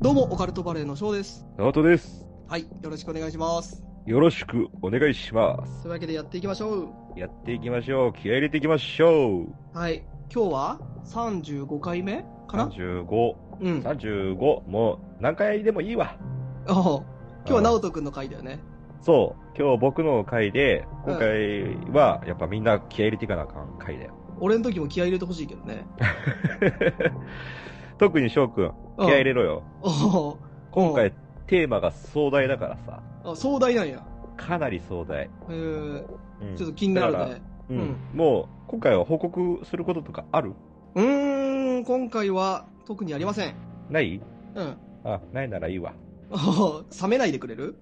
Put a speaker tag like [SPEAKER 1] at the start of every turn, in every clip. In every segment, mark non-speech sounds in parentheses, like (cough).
[SPEAKER 1] どうも、オカルトバレーの翔です。
[SPEAKER 2] 直人です。
[SPEAKER 1] はい、よろしくお願いします。
[SPEAKER 2] よろしくお願いします。
[SPEAKER 1] というわけでやっていきましょう。
[SPEAKER 2] やっていきましょう。気合い入れていきましょう。
[SPEAKER 1] はい、今日は35回目かな
[SPEAKER 2] 35。
[SPEAKER 1] うん。あ
[SPEAKER 2] 35。もう何回でもいいわ。
[SPEAKER 1] あ今日は
[SPEAKER 2] う
[SPEAKER 1] 直
[SPEAKER 2] ん
[SPEAKER 1] 人くんの回だよね。
[SPEAKER 2] そう。今日僕の回で、今回はやっぱみんな気合い入れていかなあかん回だよ。 (laughs)
[SPEAKER 1] 俺の時も気合い入れてほしいけどね。
[SPEAKER 2] 特に翔くん、気合い入れろよ。
[SPEAKER 1] おお
[SPEAKER 2] 今回テーマが壮大だからさ。
[SPEAKER 1] あ、壮大なんや。
[SPEAKER 2] かなり壮大。
[SPEAKER 1] えー、
[SPEAKER 2] うん
[SPEAKER 1] ちょっと気になる。
[SPEAKER 2] だから
[SPEAKER 1] ね。
[SPEAKER 2] うん
[SPEAKER 1] うん
[SPEAKER 2] もう、今回は報告することとかある
[SPEAKER 1] うーん、今回は特にありません。
[SPEAKER 2] ない
[SPEAKER 1] うん。
[SPEAKER 2] あ、ないならいいわ。
[SPEAKER 1] おお冷めないでくれる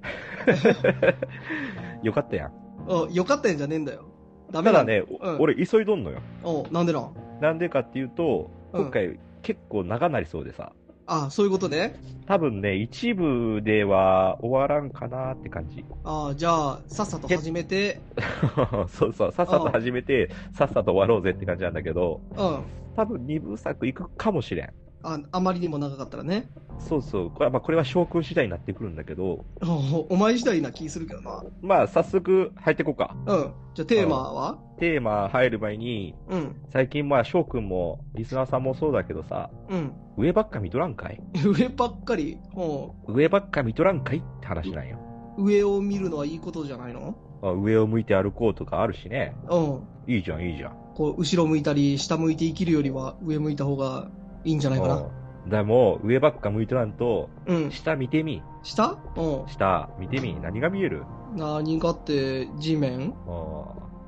[SPEAKER 2] よかったやん。
[SPEAKER 1] およかったんじゃねえんだよ。ダメな
[SPEAKER 2] ただ
[SPEAKER 1] んだ。
[SPEAKER 2] ね、お
[SPEAKER 1] うん
[SPEAKER 2] 俺急いどんのよ。
[SPEAKER 1] おなんでなん
[SPEAKER 2] なんでかっていうと、
[SPEAKER 1] うん
[SPEAKER 2] 今回結構長なりそうでさ、
[SPEAKER 1] あそういうことね。
[SPEAKER 2] 多分ね、一部では終わらんかなって感じ。 (laughs)
[SPEAKER 1] あじゃあ、さっさと始めて、
[SPEAKER 2] そうそう、さっさと始めて、さっさと終わろうぜって感じなんだけど、
[SPEAKER 1] うん。
[SPEAKER 2] 多分二部作いくかもしれん。
[SPEAKER 1] あ、あまりにも長かったらね。
[SPEAKER 2] そうそう、これ,、まあ、これは翔くん次第になってくるんだけど、
[SPEAKER 1] おお前次第な気するけどな。
[SPEAKER 2] まあ早速入ってこうか。
[SPEAKER 1] うん。じゃあテーマは
[SPEAKER 2] テーマ入る前に、
[SPEAKER 1] うん。
[SPEAKER 2] 最近まあ翔くんも、リスナーさんもそうだけどさ、
[SPEAKER 1] うん。
[SPEAKER 2] 上ばっか見とらんかい
[SPEAKER 1] (laughs) 上ばっかり、も
[SPEAKER 2] 上ばっか見とらんかいって話なんよ。
[SPEAKER 1] う、上を見るのはいいことじゃないの
[SPEAKER 2] あ上を向いて歩こうとかあるしね。
[SPEAKER 1] うん。
[SPEAKER 2] いいじゃん、いいじゃん。
[SPEAKER 1] こう、後ろ向いたり、下向いて生きるよりは、上向いた方がいいんじゃないかな。
[SPEAKER 2] うんでも、上ばっか向いてらんと、
[SPEAKER 1] うん。
[SPEAKER 2] 下見てみ。
[SPEAKER 1] 下う
[SPEAKER 2] 下見てみ。何が見える
[SPEAKER 1] ん。何かって、地面
[SPEAKER 2] うん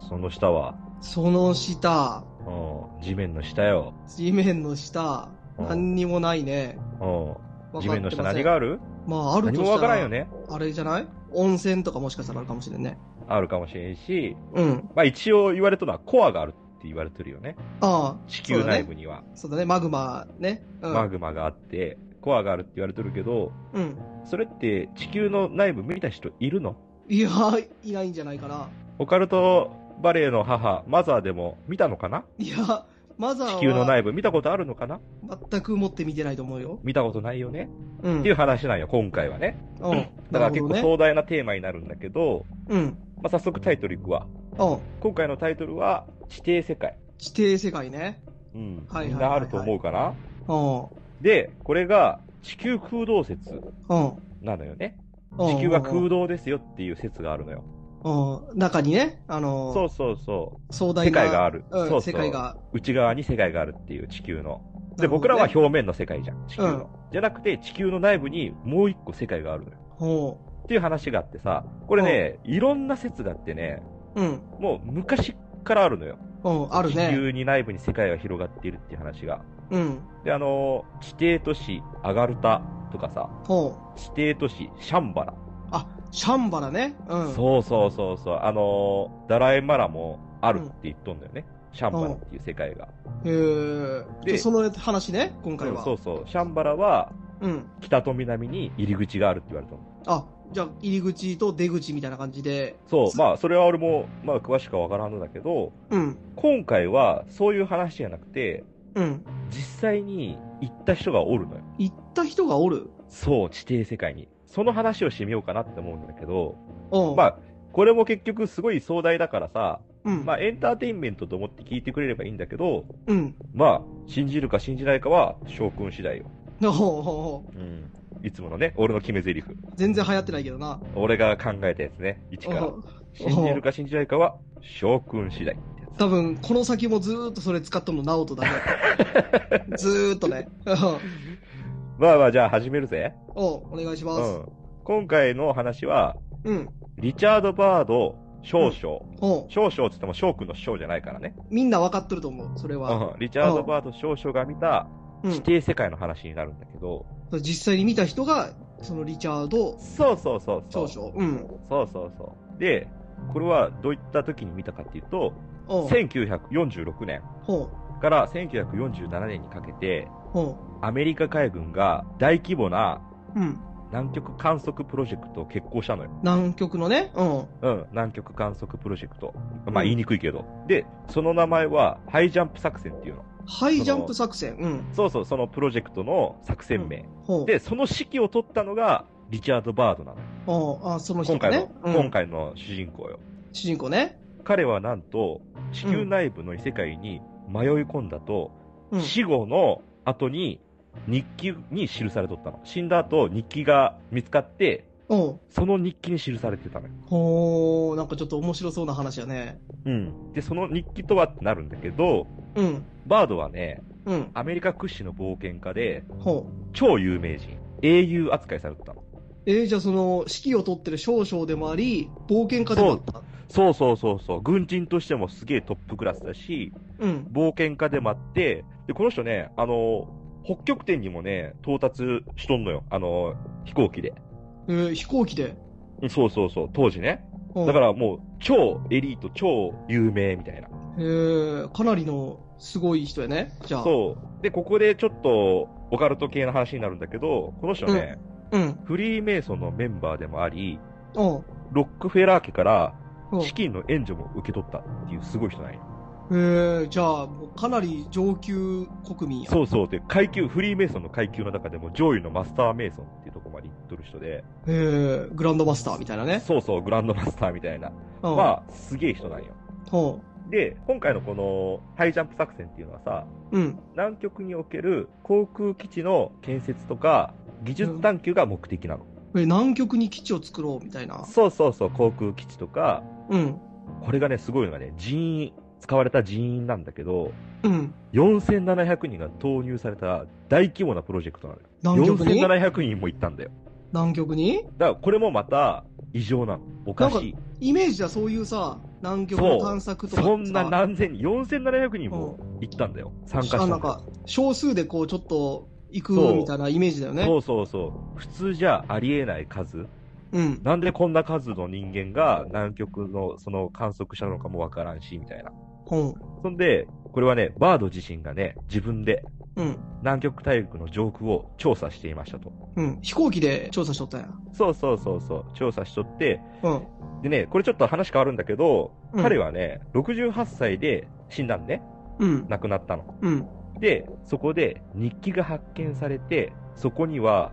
[SPEAKER 2] その下は、
[SPEAKER 1] その下、
[SPEAKER 2] うん地面の下よ。
[SPEAKER 1] 地面の下、
[SPEAKER 2] うん
[SPEAKER 1] 何にもないね。
[SPEAKER 2] うん
[SPEAKER 1] 分かって
[SPEAKER 2] 地面
[SPEAKER 1] ま
[SPEAKER 2] の
[SPEAKER 1] せ
[SPEAKER 2] 下
[SPEAKER 1] ん
[SPEAKER 2] 何がある
[SPEAKER 1] まあ、ある
[SPEAKER 2] 何
[SPEAKER 1] と
[SPEAKER 2] も
[SPEAKER 1] し
[SPEAKER 2] わ
[SPEAKER 1] た
[SPEAKER 2] から
[SPEAKER 1] ら、
[SPEAKER 2] んよね。
[SPEAKER 1] あれじゃない温泉とかもしかしたらあるかもしれんね。
[SPEAKER 2] あるかもしれんし、
[SPEAKER 1] うん。
[SPEAKER 2] まあ一応言われたのはコアがあるって言われてるよね。
[SPEAKER 1] ああ、
[SPEAKER 2] 地球内部には。
[SPEAKER 1] そうだね、マグマね。うん。
[SPEAKER 2] マグマがあって、コアがあるって言われてるけど、
[SPEAKER 1] うん。
[SPEAKER 2] それって地球の内部見た人いるの
[SPEAKER 1] いやー、いないんじゃないかな。
[SPEAKER 2] オカルトバレエの母、マザーでも見たのかない
[SPEAKER 1] や、マザーは
[SPEAKER 2] 地球の内部見たことあるのかな
[SPEAKER 1] 全く持って見てないと思うよ。
[SPEAKER 2] 見たことないよね、
[SPEAKER 1] うん。
[SPEAKER 2] っていう話なんよ、今回はね。
[SPEAKER 1] うん。
[SPEAKER 2] だから結構
[SPEAKER 1] なるほ
[SPEAKER 2] 壮大なテーマになるんだけど、
[SPEAKER 1] どね。うん。
[SPEAKER 2] まあ、早速タイトルいくわ。
[SPEAKER 1] うん。
[SPEAKER 2] 今回のタイトルは、地底世界。
[SPEAKER 1] 地底世界ね。
[SPEAKER 2] うん。
[SPEAKER 1] はいはいはいはい
[SPEAKER 2] みんなあると思うかな
[SPEAKER 1] うん。
[SPEAKER 2] で、これが地球空洞説
[SPEAKER 1] うん。
[SPEAKER 2] なのよね。
[SPEAKER 1] うん
[SPEAKER 2] 地球は空洞ですよっていう説があるのよ。
[SPEAKER 1] うん。中にね、あの、
[SPEAKER 2] そうそうそ
[SPEAKER 1] 壮
[SPEAKER 2] う。
[SPEAKER 1] 大
[SPEAKER 2] 世
[SPEAKER 1] な。
[SPEAKER 2] 界がある。
[SPEAKER 1] うん、
[SPEAKER 2] そう
[SPEAKER 1] 世
[SPEAKER 2] そう。
[SPEAKER 1] 界が。
[SPEAKER 2] 内側に世界があるっていう地球の。
[SPEAKER 1] な
[SPEAKER 2] で、
[SPEAKER 1] るほどね
[SPEAKER 2] 僕らは表面の世界じゃん、地球の。
[SPEAKER 1] うん
[SPEAKER 2] じゃなくて、地球の内部にもう一個世界があるのよ。
[SPEAKER 1] ほ
[SPEAKER 2] っていう話があってさ、これね、いろんな説があってね、
[SPEAKER 1] う。うん。
[SPEAKER 2] もう昔からあるのよ。
[SPEAKER 1] うん。ある
[SPEAKER 2] 地
[SPEAKER 1] ね。
[SPEAKER 2] 球に内部に世界が広がっているっていう話が。
[SPEAKER 1] うん。
[SPEAKER 2] で、あのー地底都市アガルタとかさ、
[SPEAKER 1] ほ
[SPEAKER 2] 地底都市シャンバラ。
[SPEAKER 1] う。あ、シャンバラね。うん。
[SPEAKER 2] そうそうそうそう、あのーダラエマラもあるって言っとんだよね。シャンバラっていう世界が。
[SPEAKER 1] へー
[SPEAKER 2] で
[SPEAKER 1] で、その話ね、今回
[SPEAKER 2] うん
[SPEAKER 1] は。
[SPEAKER 2] そうそう、シャンバラは
[SPEAKER 1] うん。
[SPEAKER 2] 北と南に入り口があるって言われたの。
[SPEAKER 1] あ、じゃあ、入り口と出口みたいな感じで。
[SPEAKER 2] そう、
[SPEAKER 1] つ
[SPEAKER 2] まあ、それは俺も、まあ、詳しくはわからんのだけど、
[SPEAKER 1] うん。
[SPEAKER 2] 今回は、そういう話じゃなくて、
[SPEAKER 1] うん。
[SPEAKER 2] 実際に行った人がおるのよ。
[SPEAKER 1] 行った人がおる。
[SPEAKER 2] そう、地底世界に。その話をしてみようかなって思うんだけど、
[SPEAKER 1] うん。
[SPEAKER 2] まあ、これも結局すごい壮大だからさ、
[SPEAKER 1] うん。
[SPEAKER 2] まあ、エンターテインメントと思って聞いてくれればいいんだけど、
[SPEAKER 1] うん。 (laughs)
[SPEAKER 2] まあ、信じるか信じないかは、将軍次第よ。
[SPEAKER 1] ほうほうほ
[SPEAKER 2] うん。いつものね、俺の決め台詞。
[SPEAKER 1] う全然流行ってないけどな。
[SPEAKER 2] 俺が考えたやつね、一から。信じるか信じないかは、将軍次第ってやつ。
[SPEAKER 1] 多分、この先もずーっとそれ使っとんの、ナオト
[SPEAKER 2] (laughs)
[SPEAKER 1] だけ。ずーっとね。 (laughs) うん
[SPEAKER 2] まあまあ、じゃあ始めるぜ。
[SPEAKER 1] おうお願いしま
[SPEAKER 2] う
[SPEAKER 1] す。
[SPEAKER 2] ん。今回の話は、
[SPEAKER 1] うん。
[SPEAKER 2] リチャード・バード少将。
[SPEAKER 1] おう
[SPEAKER 2] 少将って言っても翔くんの将じゃないからね。
[SPEAKER 1] みんな分かってると思う、それは。
[SPEAKER 2] うんリチャード・バード少将が見た
[SPEAKER 1] うん
[SPEAKER 2] 地底世界の話になるんだけど、
[SPEAKER 1] 実際に見た人が、そのリチャード
[SPEAKER 2] そうそうそうそ
[SPEAKER 1] 少将。
[SPEAKER 2] う。
[SPEAKER 1] うん。
[SPEAKER 2] そうそうそう。で、これはどういった時に見たかっていうと、
[SPEAKER 1] おう
[SPEAKER 2] 1946年
[SPEAKER 1] ほ
[SPEAKER 2] から1947年にかけて、
[SPEAKER 1] う。ほ
[SPEAKER 2] アメリカ海軍が大規模な
[SPEAKER 1] う。うん。
[SPEAKER 2] 南極観測プロジェクトを決行したのよ。
[SPEAKER 1] 南極のね。うん。
[SPEAKER 2] うん、南極観測プロジェクト。
[SPEAKER 1] う
[SPEAKER 2] まあ
[SPEAKER 1] ん
[SPEAKER 2] 言いにくいけど。で、その名前はハイジャンプ作戦っていうの。
[SPEAKER 1] ハイジャンプ作戦。うん。
[SPEAKER 2] そうそう、そのプロジェクトの作戦名。
[SPEAKER 1] ほう。
[SPEAKER 2] で、その指揮を取ったのがリチャード・バードなのよ。
[SPEAKER 1] おうあ、その人
[SPEAKER 2] 今回
[SPEAKER 1] ね
[SPEAKER 2] の。、
[SPEAKER 1] う
[SPEAKER 2] 今
[SPEAKER 1] ん。
[SPEAKER 2] 回の主人公よ。
[SPEAKER 1] 主人公ね。
[SPEAKER 2] 彼はなんと、地球内部の異世界に迷い込んだと、
[SPEAKER 1] うん。
[SPEAKER 2] 死後の後に日記に記されとったの。死んだ後、日記が見つかって、
[SPEAKER 1] おう。
[SPEAKER 2] その日記に記されてたのよ。
[SPEAKER 1] ほう。なんかちょっと面白そうな話やね。
[SPEAKER 2] うん。で、その日記とはってなるんだけど、
[SPEAKER 1] うん。
[SPEAKER 2] バードはね、
[SPEAKER 1] うん。
[SPEAKER 2] アメリカ屈指の冒険家で、
[SPEAKER 1] ほう。
[SPEAKER 2] 超有名人。英雄扱いされてたの。
[SPEAKER 1] えー、じゃあその、指揮を取ってる少将でもあり、冒険家でもあった。
[SPEAKER 2] そうそうそうそう。軍人としてもすげえトップクラスだし、
[SPEAKER 1] うん。
[SPEAKER 2] 冒険家でもあって、で、この人ね、あの、北極点にもね、到達しとんのよ。あの、飛行機で。
[SPEAKER 1] えー飛行機で。
[SPEAKER 2] うんそうそうそう、当時ね。
[SPEAKER 1] うん
[SPEAKER 2] だからもう、超エリート、超有名みたいな。
[SPEAKER 1] えー、かなりのすごい人やね。じゃあ。
[SPEAKER 2] そう。で、ここでちょっと、オカルト系の話になるんだけど、この人ね、
[SPEAKER 1] う。うん。
[SPEAKER 2] フリーメイソンのメンバーでもあり、
[SPEAKER 1] おう
[SPEAKER 2] ロックフェラー家から
[SPEAKER 1] おう
[SPEAKER 2] 資金の援助も受け取ったっていうすごい人なんよ。
[SPEAKER 1] えー、じゃあ、もうかなり上級国民や。
[SPEAKER 2] そうそう。で、階級、フリーメイソンの階級の中でも上位のマスターメイソンっていうとこまで行っとる人で、
[SPEAKER 1] えー、グランドマスターみたいなね。
[SPEAKER 2] そうそう、グランドマスターみたいな。
[SPEAKER 1] うん。
[SPEAKER 2] まあ、すげえ人なんよ。
[SPEAKER 1] おう
[SPEAKER 2] で、今回のこのハイジャンプ作戦っていうのはさ、
[SPEAKER 1] うん。
[SPEAKER 2] 南極における航空基地の建設とか、技術探求が目的なの。
[SPEAKER 1] え、南極に基地を作ろうみたいな。
[SPEAKER 2] そうそうそう、航空基地とか、
[SPEAKER 1] うん。
[SPEAKER 2] これがね、すごいのがね、人員、使われた人員なんだけど、
[SPEAKER 1] うん。
[SPEAKER 2] 4700人が投入された大規模なプロジェクトなのよ。
[SPEAKER 1] 南極に
[SPEAKER 2] 4700人も行ったんだよ。
[SPEAKER 1] 南極に
[SPEAKER 2] だからこれもまた異常なの。おかしい。
[SPEAKER 1] イメージじゃそういうさ、南極の探索とかってさ
[SPEAKER 2] そんな何千人、4700人も行ったんだよ。参加した
[SPEAKER 1] あ
[SPEAKER 2] んだ
[SPEAKER 1] なん
[SPEAKER 2] よ。
[SPEAKER 1] か、少数でこう、ちょっと行く
[SPEAKER 2] そう
[SPEAKER 1] みたいなイメージだよね。
[SPEAKER 2] そうそうそう。普通じゃありえない数。
[SPEAKER 1] うん。
[SPEAKER 2] なんでこんな数の人間が南極のその観測したのかもわからんし、みたいな。
[SPEAKER 1] うん。
[SPEAKER 2] そんで、これはね、バード自身がね、自分で
[SPEAKER 1] うん。
[SPEAKER 2] 南極大陸の上空を調査していましたと。
[SPEAKER 1] うん。飛行機で調査しとったんや。
[SPEAKER 2] そうそうそうそう、調査しとって、
[SPEAKER 1] うん。
[SPEAKER 2] でね、これちょっと話変わるんだけど、
[SPEAKER 1] うん
[SPEAKER 2] 彼はね、68歳で死んだんね、
[SPEAKER 1] うん。
[SPEAKER 2] 亡くなったの。
[SPEAKER 1] うん。
[SPEAKER 2] で、そこで日記が発見されて、そこには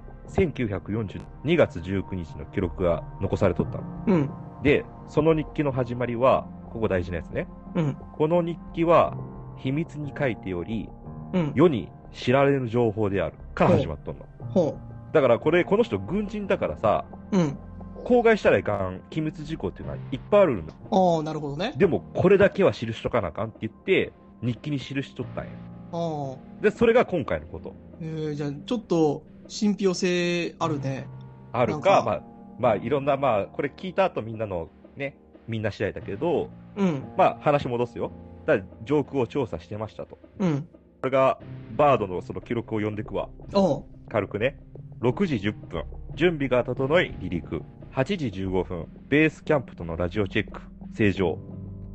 [SPEAKER 2] 1942月19日の記録が残されとったの。
[SPEAKER 1] うん。
[SPEAKER 2] で、その日記の始まりは、ここ大事なやつね。
[SPEAKER 1] うん。
[SPEAKER 2] この日記は秘密に書いており、
[SPEAKER 1] うん。
[SPEAKER 2] 世に知られる情報である。から始まっとんの。
[SPEAKER 1] ほ
[SPEAKER 2] だからこれ、この人軍人だからさ、
[SPEAKER 1] う。うん。
[SPEAKER 2] 公害したらいかん機密事項っていうのはいっぱいあるの。
[SPEAKER 1] ああ、なるほどね。
[SPEAKER 2] でも、これだけは記しとかなあかんって言って、日記に記しとったんや。
[SPEAKER 1] ああ。
[SPEAKER 2] で、それが今回のこと。
[SPEAKER 1] えー、じゃあ、ちょっと、信憑性あるね。
[SPEAKER 2] ある
[SPEAKER 1] な
[SPEAKER 2] か、
[SPEAKER 1] んか
[SPEAKER 2] まあ、まあ、いろんな、まあ、これ聞いた後みんなのね、みんな次第だけど、
[SPEAKER 1] うん。
[SPEAKER 2] まあ、話戻すよ。だから上空を調査してましたと。
[SPEAKER 1] うん。
[SPEAKER 2] これが、バードのその記録を読んでくわ。
[SPEAKER 1] おう。
[SPEAKER 2] 軽くね。6時10分、準備が整い離陸。8時15分、ベースキャンプとのラジオチェック、正常。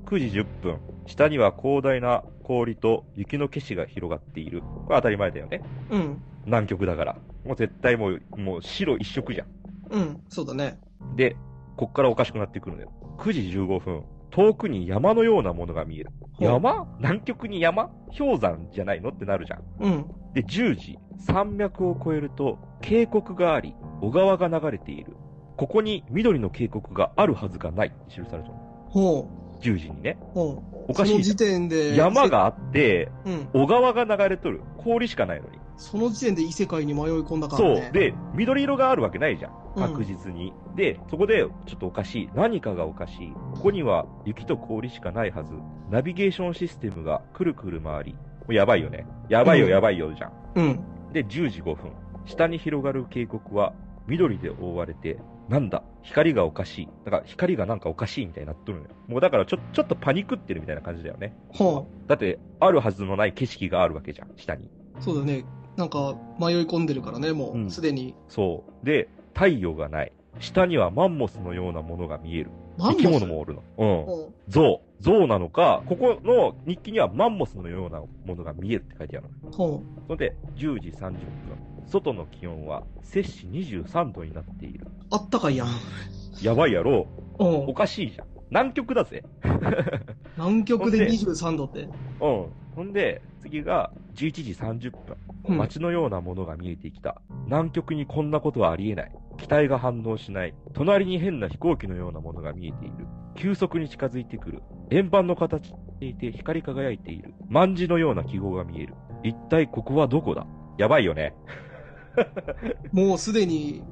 [SPEAKER 2] 9時10分、下には広大な氷と雪の景色が広がっている。これ当たり前だよね。
[SPEAKER 1] うん。
[SPEAKER 2] 南極だから。もう絶対もう、もう白一色じゃ
[SPEAKER 1] うん。そうだね。
[SPEAKER 2] ん。で、こっからおかしくなってくるのよ。9時15分、遠くに山のようなものが見える。
[SPEAKER 1] ほう
[SPEAKER 2] 山南極に山氷山じゃないのってなるじゃん。
[SPEAKER 1] うん。
[SPEAKER 2] で、10時、山脈を越えると渓谷があり、小川が流れている。ここに緑の渓谷があるはずがないって記されたの。
[SPEAKER 1] ほ
[SPEAKER 2] 10時にね
[SPEAKER 1] う。。ほう。
[SPEAKER 2] おかし
[SPEAKER 1] そ
[SPEAKER 2] い
[SPEAKER 1] の
[SPEAKER 2] じゃ
[SPEAKER 1] 時点
[SPEAKER 2] ん。
[SPEAKER 1] で、
[SPEAKER 2] 山。があって、
[SPEAKER 1] うん。
[SPEAKER 2] 小川が流れとる。氷しかないのに。
[SPEAKER 1] その時点で異世界に迷い込んだから
[SPEAKER 2] そ
[SPEAKER 1] ね。
[SPEAKER 2] う。で、緑色があるわけないじゃん。
[SPEAKER 1] うん
[SPEAKER 2] 確実に。で、そこで、ちょっとおかしい。何かがおかしい。ここには雪と氷しかないはず。ナビゲーションシステムがくるくる回り。もうやばいよね。やばいよ、
[SPEAKER 1] うん
[SPEAKER 2] やばいよ、じゃん。
[SPEAKER 1] うん。
[SPEAKER 2] で、10時5分。下に広がる渓谷は緑で覆われて、なんだ、光がおかしい。だから光がなんかおかしいみたいになっとるのよ。もうだからちょ、ちょっとパニクってるみたいな感じだよね。
[SPEAKER 1] は
[SPEAKER 2] だって、あるはずのない景色があるわけじゃん、下に。
[SPEAKER 1] あ、そうだね。なんか、迷い込んでるからね、も
[SPEAKER 2] う
[SPEAKER 1] う、
[SPEAKER 2] ん
[SPEAKER 1] すでに。
[SPEAKER 2] そう。で、太陽がない。下にはマンモスのようなものが見える。
[SPEAKER 1] マン
[SPEAKER 2] 生
[SPEAKER 1] モス
[SPEAKER 2] き物もおるの。うん。
[SPEAKER 1] うん
[SPEAKER 2] 象。象なのか、ここの日記にはマンモスのようなものが見えるって書いてあるの。
[SPEAKER 1] は
[SPEAKER 2] それで、10時30分。外の気温は摂氏23度になっている。
[SPEAKER 1] あ、あったかいやん。
[SPEAKER 2] やばいやろ
[SPEAKER 1] う
[SPEAKER 2] お
[SPEAKER 1] ん。
[SPEAKER 2] かしいじゃん。南極だぜ。
[SPEAKER 1] 南極で
[SPEAKER 2] ほんで
[SPEAKER 1] 23度って。
[SPEAKER 2] うん。ほんで、次が11時30分。
[SPEAKER 1] うん
[SPEAKER 2] 街のようなものが見えてきた。南極にこんなことはありえない。機体が反応しない。隣に変な飛行機のようなものが見えている。急速に近づいてくる。円盤の形にいて光り輝いている。万字のような記号が見える。一体ここはどこだやばいよね。
[SPEAKER 1] もうすでに、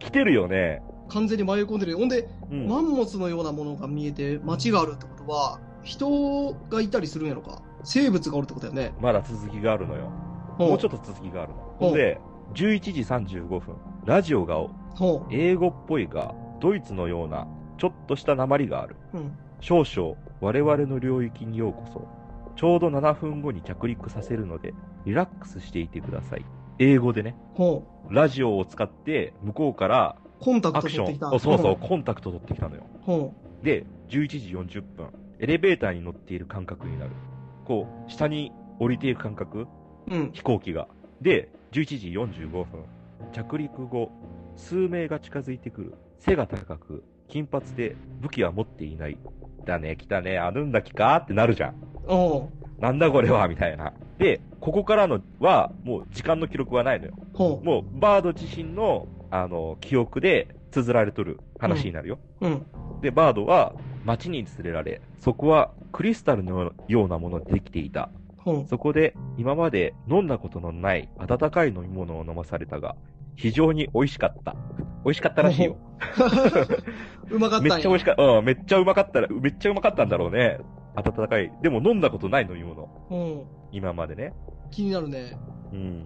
[SPEAKER 2] 来てるよね。
[SPEAKER 1] 完全に迷い込んでる。ほんで、
[SPEAKER 2] うん。
[SPEAKER 1] マンモスのようなものが見えて、街があるってことは、人がいたりするんやろか。生物がおるってことやね。
[SPEAKER 2] まだ続きがあるのよ。もうちょっと続きがあるの。
[SPEAKER 1] うん
[SPEAKER 2] ほんで、11時35分。ラジオが
[SPEAKER 1] と。
[SPEAKER 2] 英語っぽいが、ドイツのような、ちょっとした鉛がある。
[SPEAKER 1] うん。うん。
[SPEAKER 2] 少々、我々の領域にようこそ。ちょうど7分後に着陸させるので、リラックスしていてください。英語でね、
[SPEAKER 1] ほう。
[SPEAKER 2] ラジオを使って、向こうから
[SPEAKER 1] コンタク
[SPEAKER 2] ア
[SPEAKER 1] ト
[SPEAKER 2] クシ
[SPEAKER 1] 取っ
[SPEAKER 2] ョ
[SPEAKER 1] てきた。
[SPEAKER 2] ン、そうそう、コンタクト取ってきたのよ。
[SPEAKER 1] うん。ほ
[SPEAKER 2] で、11時40分、エレベーターに乗っている感覚になる。こう、下に降りていく感覚
[SPEAKER 1] う。うん。
[SPEAKER 2] 飛行機が。で、11時45分、着陸後、数名が近づいてくる。背が高く、金髪で武器は持っていない。だね、来たね、アヌンダキかってなるじゃん。
[SPEAKER 1] おう
[SPEAKER 2] なんだこれはみたいな。で、ここからのは、もう時間の記録はないのよ。
[SPEAKER 1] ほ
[SPEAKER 2] もう、バード自身の、あの、記憶で綴られとる話になるよ。
[SPEAKER 1] う。うん。
[SPEAKER 2] で、バードは、街に連れられ、そこはクリスタルのようなものでできていた。
[SPEAKER 1] ほう。
[SPEAKER 2] そこで今まで飲んだことのない温かい飲み物を飲まされたが、非常に美味しかった。美味しかったらしいよ。
[SPEAKER 1] うまかったん
[SPEAKER 2] め
[SPEAKER 1] や。
[SPEAKER 2] っちゃ美味しかった。うん、めっちゃうまかったら、めっちゃうまかったんだろうね。温かい。でも飲んだことない飲み物。
[SPEAKER 1] うん。
[SPEAKER 2] 今までね。
[SPEAKER 1] 気になるね。
[SPEAKER 2] うん。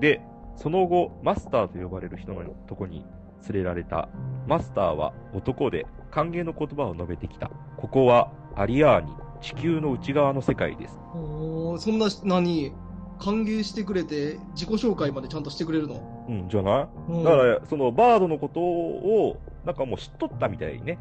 [SPEAKER 2] で、その後、マスターと呼ばれる人のとこに連れられた。マスターは男で歓迎の言葉を述べてきた。ここはアリアーニ、地球の内側の世界です。
[SPEAKER 1] おーそんな、何歓迎してくれて、自己紹介までちゃんとしてくれるの。
[SPEAKER 2] うん、じゃない
[SPEAKER 1] うん。
[SPEAKER 2] だから、そのバードのことを、なんかもう知っとったみたいね。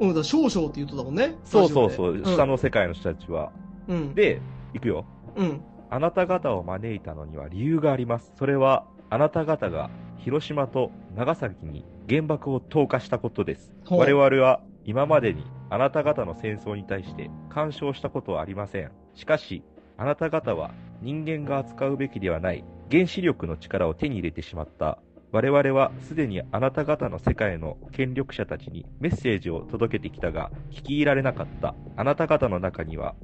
[SPEAKER 1] うん、だから少々って言うとだもんね。
[SPEAKER 2] そうそうそ
[SPEAKER 1] ラ
[SPEAKER 2] う、
[SPEAKER 1] ジオで
[SPEAKER 2] 下の世界の人たちは。
[SPEAKER 1] うん。うん、
[SPEAKER 2] で、行くよ。
[SPEAKER 1] うん。
[SPEAKER 2] あなた方を招いたのには理由があります。それは、あなた方が広島と長崎に原爆を投下したことです。
[SPEAKER 1] ほう
[SPEAKER 2] 我々は今までにあなた方の戦争に対して干渉したことはありません。しかし、あなた方は人間が扱うべきではない原子力の力を手に入れてしまった。我々はすでにあなた方の世界の権力者たちにメッセージを届けてきたが、聞き入られなかった。あなた方の中には、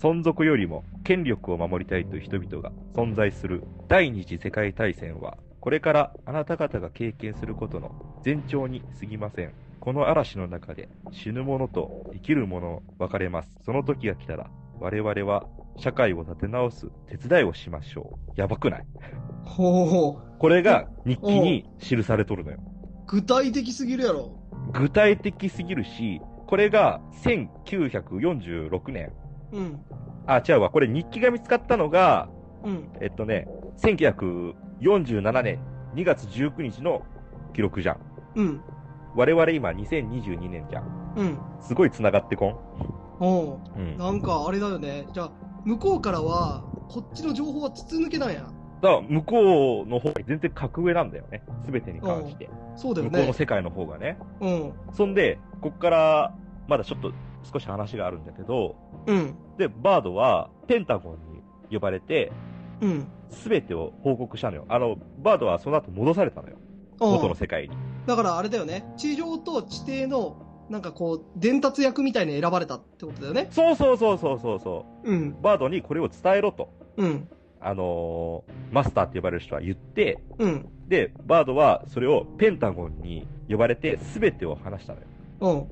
[SPEAKER 2] 存続よりも権力を守りたいという人々が存在する第二次世界大戦は、これからあなた方が経験することの前兆に過ぎません。この嵐の中で死ぬ者と生きる者分かれます。その時が来たら、我々は社会を立て直す手伝いをしましょう。やばくない
[SPEAKER 1] ほうほう。
[SPEAKER 2] これが日記に記されとるのよ。
[SPEAKER 1] 具体的すぎるやろ。
[SPEAKER 2] 具体的すぎるし、これが1946年。
[SPEAKER 1] うん。
[SPEAKER 2] あ、違うわ。これ日記が見つかったのが、
[SPEAKER 1] うん。
[SPEAKER 2] えっとね、1947年2月19日の記録じゃん。
[SPEAKER 1] うん。
[SPEAKER 2] 我々今2022年じゃん。
[SPEAKER 1] うん。
[SPEAKER 2] すごい繋がってこん。
[SPEAKER 1] おう
[SPEAKER 2] うん。だか
[SPEAKER 1] なんかあれだよね。じゃあ、向こうからは、こっちの情報は筒抜けなんや。
[SPEAKER 2] ら向こうの方が全然格上なんだよね。すべてに関して。
[SPEAKER 1] そうだよ
[SPEAKER 2] 向こうの
[SPEAKER 1] ね。
[SPEAKER 2] 世界の方がね。
[SPEAKER 1] うん。
[SPEAKER 2] そんで、こっから、まだちょっと少し話があるんだけど、
[SPEAKER 1] うん。
[SPEAKER 2] で、バードはペンタゴンに呼ばれて、
[SPEAKER 1] うん。
[SPEAKER 2] すべてを報告したのよ。あの、バードはその後戻されたのよ。
[SPEAKER 1] うん
[SPEAKER 2] 元の世界に。
[SPEAKER 1] だからあれだよね。地上と地底の、なんかこう、伝達役みたいに選ばれたってことだよね。
[SPEAKER 2] そうそうそうそうそうそ
[SPEAKER 1] うん。
[SPEAKER 2] う。バードにこれを伝えろと。
[SPEAKER 1] うん。
[SPEAKER 2] あのーマスターって呼ばれる人は言って、
[SPEAKER 1] うん。
[SPEAKER 2] で、バードはそれをペンタゴンに呼ばれて全てを話したのよ。
[SPEAKER 1] うん。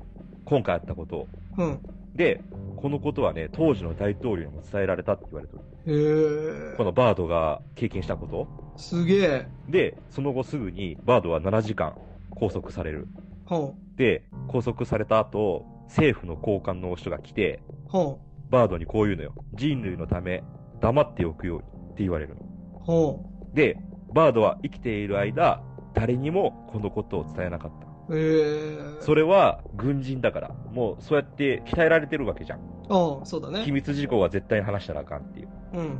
[SPEAKER 2] 今回あったことを。
[SPEAKER 1] うん。
[SPEAKER 2] で、このことはね、当時の大統領にも伝えられたって言われてる。
[SPEAKER 1] へえ
[SPEAKER 2] こ。のバードが経験したこと。
[SPEAKER 1] すげえ。
[SPEAKER 2] で、その後すぐにバードは7時間拘束される。
[SPEAKER 1] はほ
[SPEAKER 2] で、拘束された後、政府の高官の人が来て、
[SPEAKER 1] う、ほ
[SPEAKER 2] バードにこう言うのよ。人類のため、黙っておくようにって言われるの。
[SPEAKER 1] う、ほ
[SPEAKER 2] で、バードは生きている間、誰にもこのことを伝えなかった。
[SPEAKER 1] う。えー。
[SPEAKER 2] それは軍人だから、もうそうやって鍛えられてるわけじゃん。
[SPEAKER 1] ああ、そうだね
[SPEAKER 2] 秘。密事項は絶対に話したらあかんっていう。
[SPEAKER 1] うん。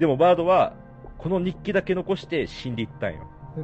[SPEAKER 2] でもバードは、この日記だけ残して死んでいったんよ。
[SPEAKER 1] え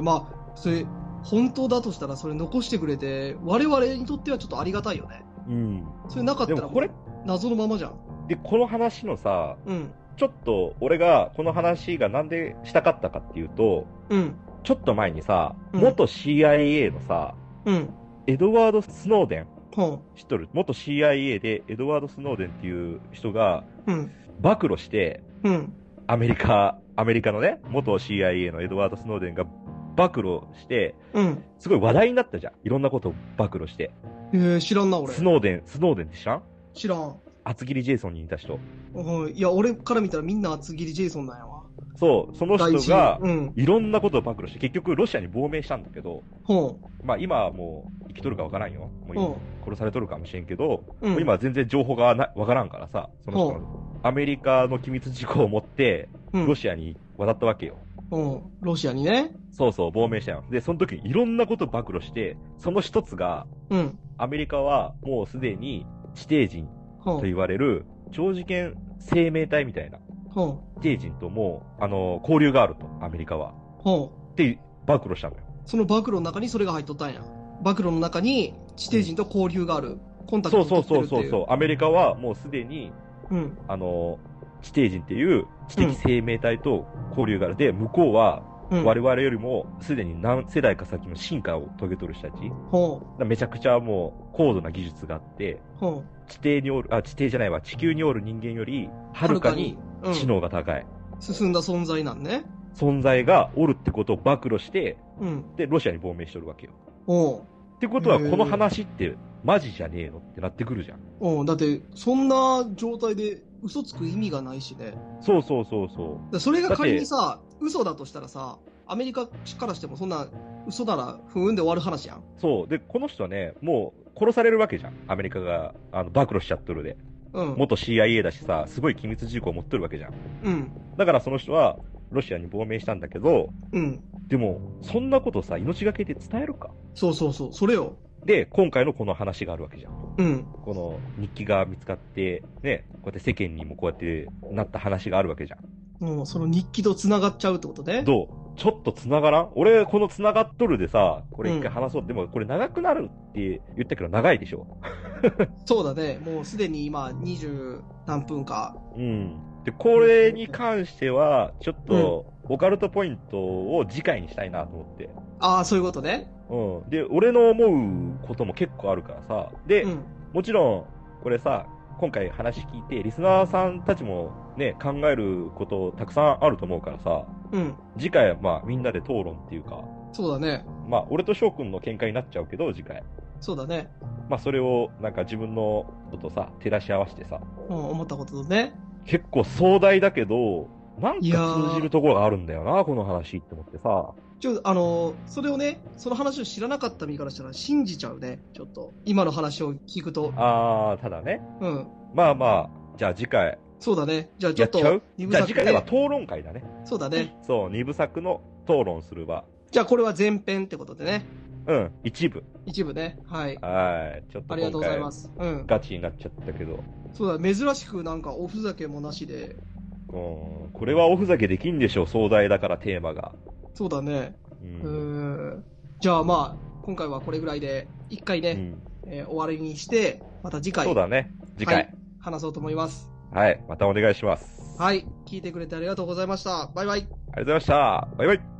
[SPEAKER 1] ー、まあ、それ、本当だとしたらそれ残してくれて、我々にとってはちょっとありがたいよね。
[SPEAKER 2] うん。
[SPEAKER 1] それなかった
[SPEAKER 2] で
[SPEAKER 1] ら
[SPEAKER 2] もこれ、
[SPEAKER 1] 謎のままじゃん。
[SPEAKER 2] で、この話のさ、
[SPEAKER 1] うん。
[SPEAKER 2] ちょっと俺がこの話がなんでしたかったかっていうと、
[SPEAKER 1] うん。
[SPEAKER 2] ちょっと前にさ、
[SPEAKER 1] うん
[SPEAKER 2] 元 CIA のさ、
[SPEAKER 1] うん。
[SPEAKER 2] エドワード・スノーデン、
[SPEAKER 1] ほ
[SPEAKER 2] 知っとる元 CIA でエドワード・スノーデンっていう人が
[SPEAKER 1] う。うん。
[SPEAKER 2] 暴露して、
[SPEAKER 1] うん。
[SPEAKER 2] アメリカ、アメリカのね、元 CIA のエドワード・スノーデンが暴露して、
[SPEAKER 1] うん。
[SPEAKER 2] すごい話題になったじゃん。いろんなことを暴露して。
[SPEAKER 1] えー、知らんな、俺
[SPEAKER 2] ス。ノーデン、スノーデンって知らん
[SPEAKER 1] 知らん。
[SPEAKER 2] 厚切りジェイソンに似た人。
[SPEAKER 1] うんいや、俺から見たらみんな厚切りジェイソンなんやわ。
[SPEAKER 2] そう、その
[SPEAKER 1] 大
[SPEAKER 2] 人
[SPEAKER 1] 事
[SPEAKER 2] が、
[SPEAKER 1] うん。
[SPEAKER 2] いろんなことを暴露して、結局ロシアに亡命したんだけど、
[SPEAKER 1] ほ
[SPEAKER 2] まあ今はもう生きとるかわからんよ。も
[SPEAKER 1] う。ほ
[SPEAKER 2] う殺されとるかもしれんけど、
[SPEAKER 1] う。うん。
[SPEAKER 2] 今は全然情報がなわからんからさ、その人
[SPEAKER 1] う
[SPEAKER 2] のアメリカの機密事項を持って、
[SPEAKER 1] うん、
[SPEAKER 2] ロシアに渡ったわけよ。
[SPEAKER 1] うん。ロシアにね。
[SPEAKER 2] そうそう、亡命したよ。で、その時にいろんなこと暴露して、その一つが、
[SPEAKER 1] うん。
[SPEAKER 2] アメリカはもうすでに指定人
[SPEAKER 1] ほう。
[SPEAKER 2] と言われる、長次元生命体みたいな
[SPEAKER 1] ほ
[SPEAKER 2] 指定人ともう、あの、交流があると、アメリカは。
[SPEAKER 1] う。ほう。
[SPEAKER 2] って暴露したのよ。
[SPEAKER 1] その暴露の中にそれが入っとったんや。暴露の中に地底人と交流がある。コンタク
[SPEAKER 2] そ
[SPEAKER 1] ト
[SPEAKER 2] う
[SPEAKER 1] を取
[SPEAKER 2] そう
[SPEAKER 1] ってる
[SPEAKER 2] そ
[SPEAKER 1] って
[SPEAKER 2] うそ
[SPEAKER 1] いうう。
[SPEAKER 2] そうう、アメリカはもうすでに、
[SPEAKER 1] そう。うん。
[SPEAKER 2] あの、地底人っていう知的生命体と交流がある。で、向こうは
[SPEAKER 1] うん。
[SPEAKER 2] 我々よりもすでに何世代か先の進化を遂げとる人たち。だか
[SPEAKER 1] ほ
[SPEAKER 2] らめちゃくちゃもう高度な技術があって、
[SPEAKER 1] う。ほう。
[SPEAKER 2] 地底におる、あ、地底じゃないわ、地球におる人間より、はるかに
[SPEAKER 1] はるかに
[SPEAKER 2] 知能が高い、
[SPEAKER 1] うん進んだ存在なんね。
[SPEAKER 2] 存在がおるってことを暴露して、
[SPEAKER 1] うん。
[SPEAKER 2] で、ロシアに亡命しとるわけよ。
[SPEAKER 1] おう。
[SPEAKER 2] ってことは、
[SPEAKER 1] へー
[SPEAKER 2] この話って、マジじゃねえのってなってくるじゃん。
[SPEAKER 1] おう。だって、そんな状態で嘘つく意味がないしね。
[SPEAKER 2] そうそうそうそ
[SPEAKER 1] だそれが仮にさ、嘘だとしたらさ、アメリカからしてもそんな嘘なら不運で終わる話やん。
[SPEAKER 2] う。そう。で、この人はね、もう殺されるわけじゃん。アメリカが、あの、暴露しちゃっとるで。
[SPEAKER 1] うん。
[SPEAKER 2] 元 CIA だしさ、すごい機密事項持ってるわけじゃん。
[SPEAKER 1] うん。
[SPEAKER 2] だからその人は、ロシアに亡命したんだけど、
[SPEAKER 1] うん。
[SPEAKER 2] でも、そんなことさ、命がけで伝えるか。
[SPEAKER 1] そうそうそう。それよ。
[SPEAKER 2] で、今回のこの話があるわけじゃん。
[SPEAKER 1] うん。
[SPEAKER 2] この日記が見つかって、ね、こうやって世間にもこうやってなった話があるわけじゃん。
[SPEAKER 1] もうその日記と繋がっちゃうってことね。
[SPEAKER 2] どうちょっと繋がらん俺、この繋がっとるでさ、これ一回話そう。でもこれ長くなるって言ったけど長いでしょ。
[SPEAKER 1] そうだね。もうすでに今、二十何分か。
[SPEAKER 2] うん。で、これに関しては、ちょっと、オカルトポイントを次回にしたいなと思って。
[SPEAKER 1] ああ、そういうことね。
[SPEAKER 2] うん。で、俺の思うことも結構あるからさ。で、
[SPEAKER 1] うん。
[SPEAKER 2] もちろん、これさ、今回話聞いて、リスナーさんたちもね、考えることたくさんあると思うからさ、
[SPEAKER 1] うん。
[SPEAKER 2] 次回はまあみんなで討論っていうか、
[SPEAKER 1] そうだね。
[SPEAKER 2] まあ俺と翔くんの見解になっちゃうけど、次回。
[SPEAKER 1] そうだね。
[SPEAKER 2] まあそれをなんか自分のことさ、照らし合わせてさ、
[SPEAKER 1] うん、思ったこととね。
[SPEAKER 2] 結構壮大だけど、なん
[SPEAKER 1] いやー
[SPEAKER 2] か通じるところがあるんだよな、この話って思ってさ。
[SPEAKER 1] ちょ、あのーそれをね、その話を知らなかった身からしたら信じちゃうね。ちょっと。今の話を聞くと。
[SPEAKER 2] あー、ただね。
[SPEAKER 1] うん。
[SPEAKER 2] まあまあ、じゃあ次回、
[SPEAKER 1] そうだね。じゃあちょ
[SPEAKER 2] や
[SPEAKER 1] っ
[SPEAKER 2] っちゃう
[SPEAKER 1] と、二部
[SPEAKER 2] じゃあ次
[SPEAKER 1] 作
[SPEAKER 2] 回は
[SPEAKER 1] で。
[SPEAKER 2] 討論会だね。
[SPEAKER 1] そうだね。
[SPEAKER 2] そう、二部作の討論する場。
[SPEAKER 1] じゃあこれは前編ってことでね。
[SPEAKER 2] うん、一部。
[SPEAKER 1] 一部ね。はい。
[SPEAKER 2] はい。ちょっと
[SPEAKER 1] ありがとう
[SPEAKER 2] 今
[SPEAKER 1] ござい
[SPEAKER 2] 回
[SPEAKER 1] ま、す。うん。
[SPEAKER 2] ガチになっちゃったけど。
[SPEAKER 1] そうだ、珍しくなんかおふざけもなしで。
[SPEAKER 2] うん、これはおふざけできんでしょう、壮大だからテーマが。
[SPEAKER 1] そうだね。
[SPEAKER 2] う。
[SPEAKER 1] うんん。じゃあまあ、今回はこれぐらいで、一回
[SPEAKER 2] う
[SPEAKER 1] ね、
[SPEAKER 2] ん
[SPEAKER 1] えー終わりにして、また次回
[SPEAKER 2] そう、だね。次回。
[SPEAKER 1] 話そうと思います。
[SPEAKER 2] はい。またお願いします。
[SPEAKER 1] はい。聞いてくれてありがとうございました。バイバイ。
[SPEAKER 2] ありがとうございました。バイバイ。